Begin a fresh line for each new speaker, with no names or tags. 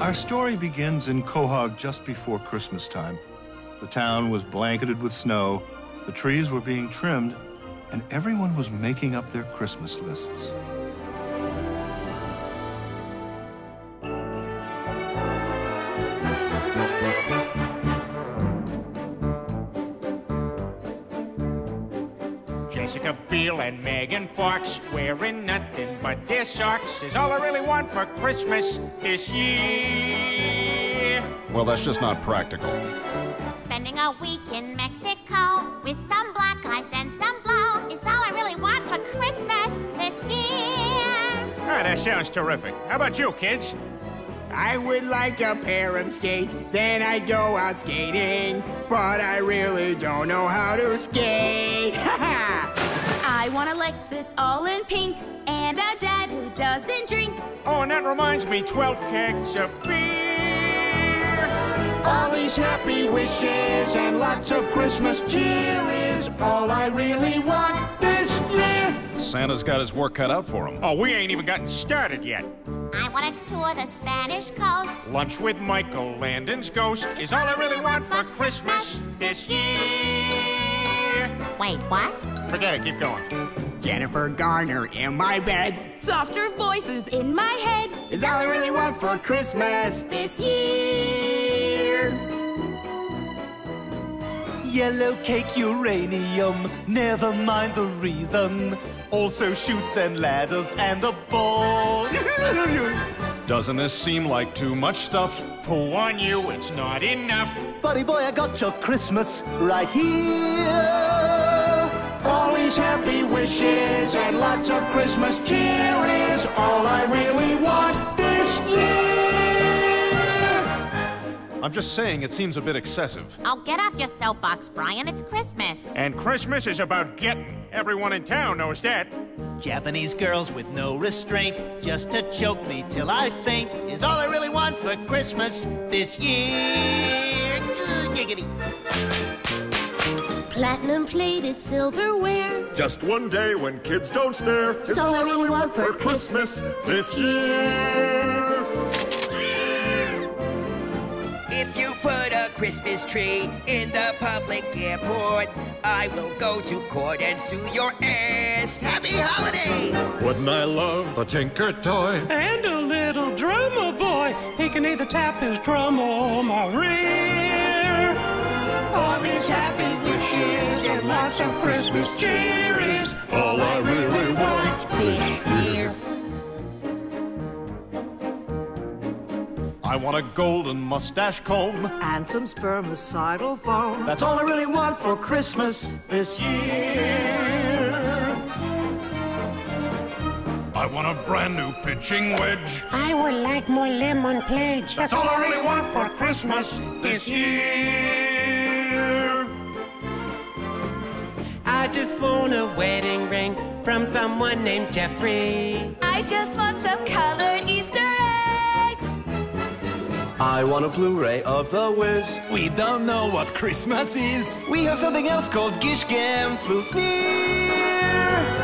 Our story begins in Quahog just before Christmas time. The town was blanketed with snow, the trees were being trimmed, and everyone was making up their Christmas lists.
Jessica Biel and Megan Fox wearing nothing but their socks is all I really want for Christmas this year.
Well, that's just not practical.
Spending a week in Mexico with some black eyes and some blow is all I really want for Christmas this year.
Ah, that sounds terrific. How about you, kids?
I would like a pair of skates, then I'd go out skating. But I really don't know how to skate.
I want a Lexus all in pink and a dad who doesn't drink.
Oh, and that reminds me, 12 kegs of beer.
All these happy wishes and lots of Christmas cheer is all I really want this year.
Santa's got his work cut out for him.
Oh, we ain't even gotten started yet.
I want to tour the Spanish coast.
Lunch with Michael Landon's ghost is all I really want for Christmas this year.
Wait, what?
Forget it, keep going.
Jennifer Garner in my bed
Softer voices in my head.
is all I really want for Christmas this year.
Yellow cake uranium, never mind the reason. Also shoots and ladders and a ball.
Doesn't this seem like too much stuff?
Poo on you, it's not enough.
Buddy boy, I got your Christmas right here.
All these happy wishes and lots of Christmas cheer is all I really want this year.
I'm just saying it seems a bit excessive.
Oh, get off your soapbox, Brian. It's Christmas.
And Christmas is about getting. Everyone in town knows that.
Japanese girls with no restraint, just to choke me till I faint, is all I really want for Christmas this year. Ugh, giggity.
Platinum plated silverware.
Just one day when kids don't stare. It's
all I really want for
Christmas this year.
If you put a Christmas tree in the public airport, I will go to court and sue your ass. Happy holiday!
Wouldn't I love a tinker toy?
And a little drummer boy, he can either tap his drum or my rear.
All these happy wishes and lots of Christmas cheer is
All I really
want this year.
I want a golden mustache comb.
And some spermicidal foam. That's all I really want for Christmas this year.
I want a brand new pitching wedge.
I would like more lemon pledge.
That's all I really want for Christmas this year.
I just want a wedding ring from someone named Jeffrey.
I just want some colored Easter eggs.
I want a Blu-ray of The Wiz. We don't know what Christmas is. We have something else called Gishgam Floofnir.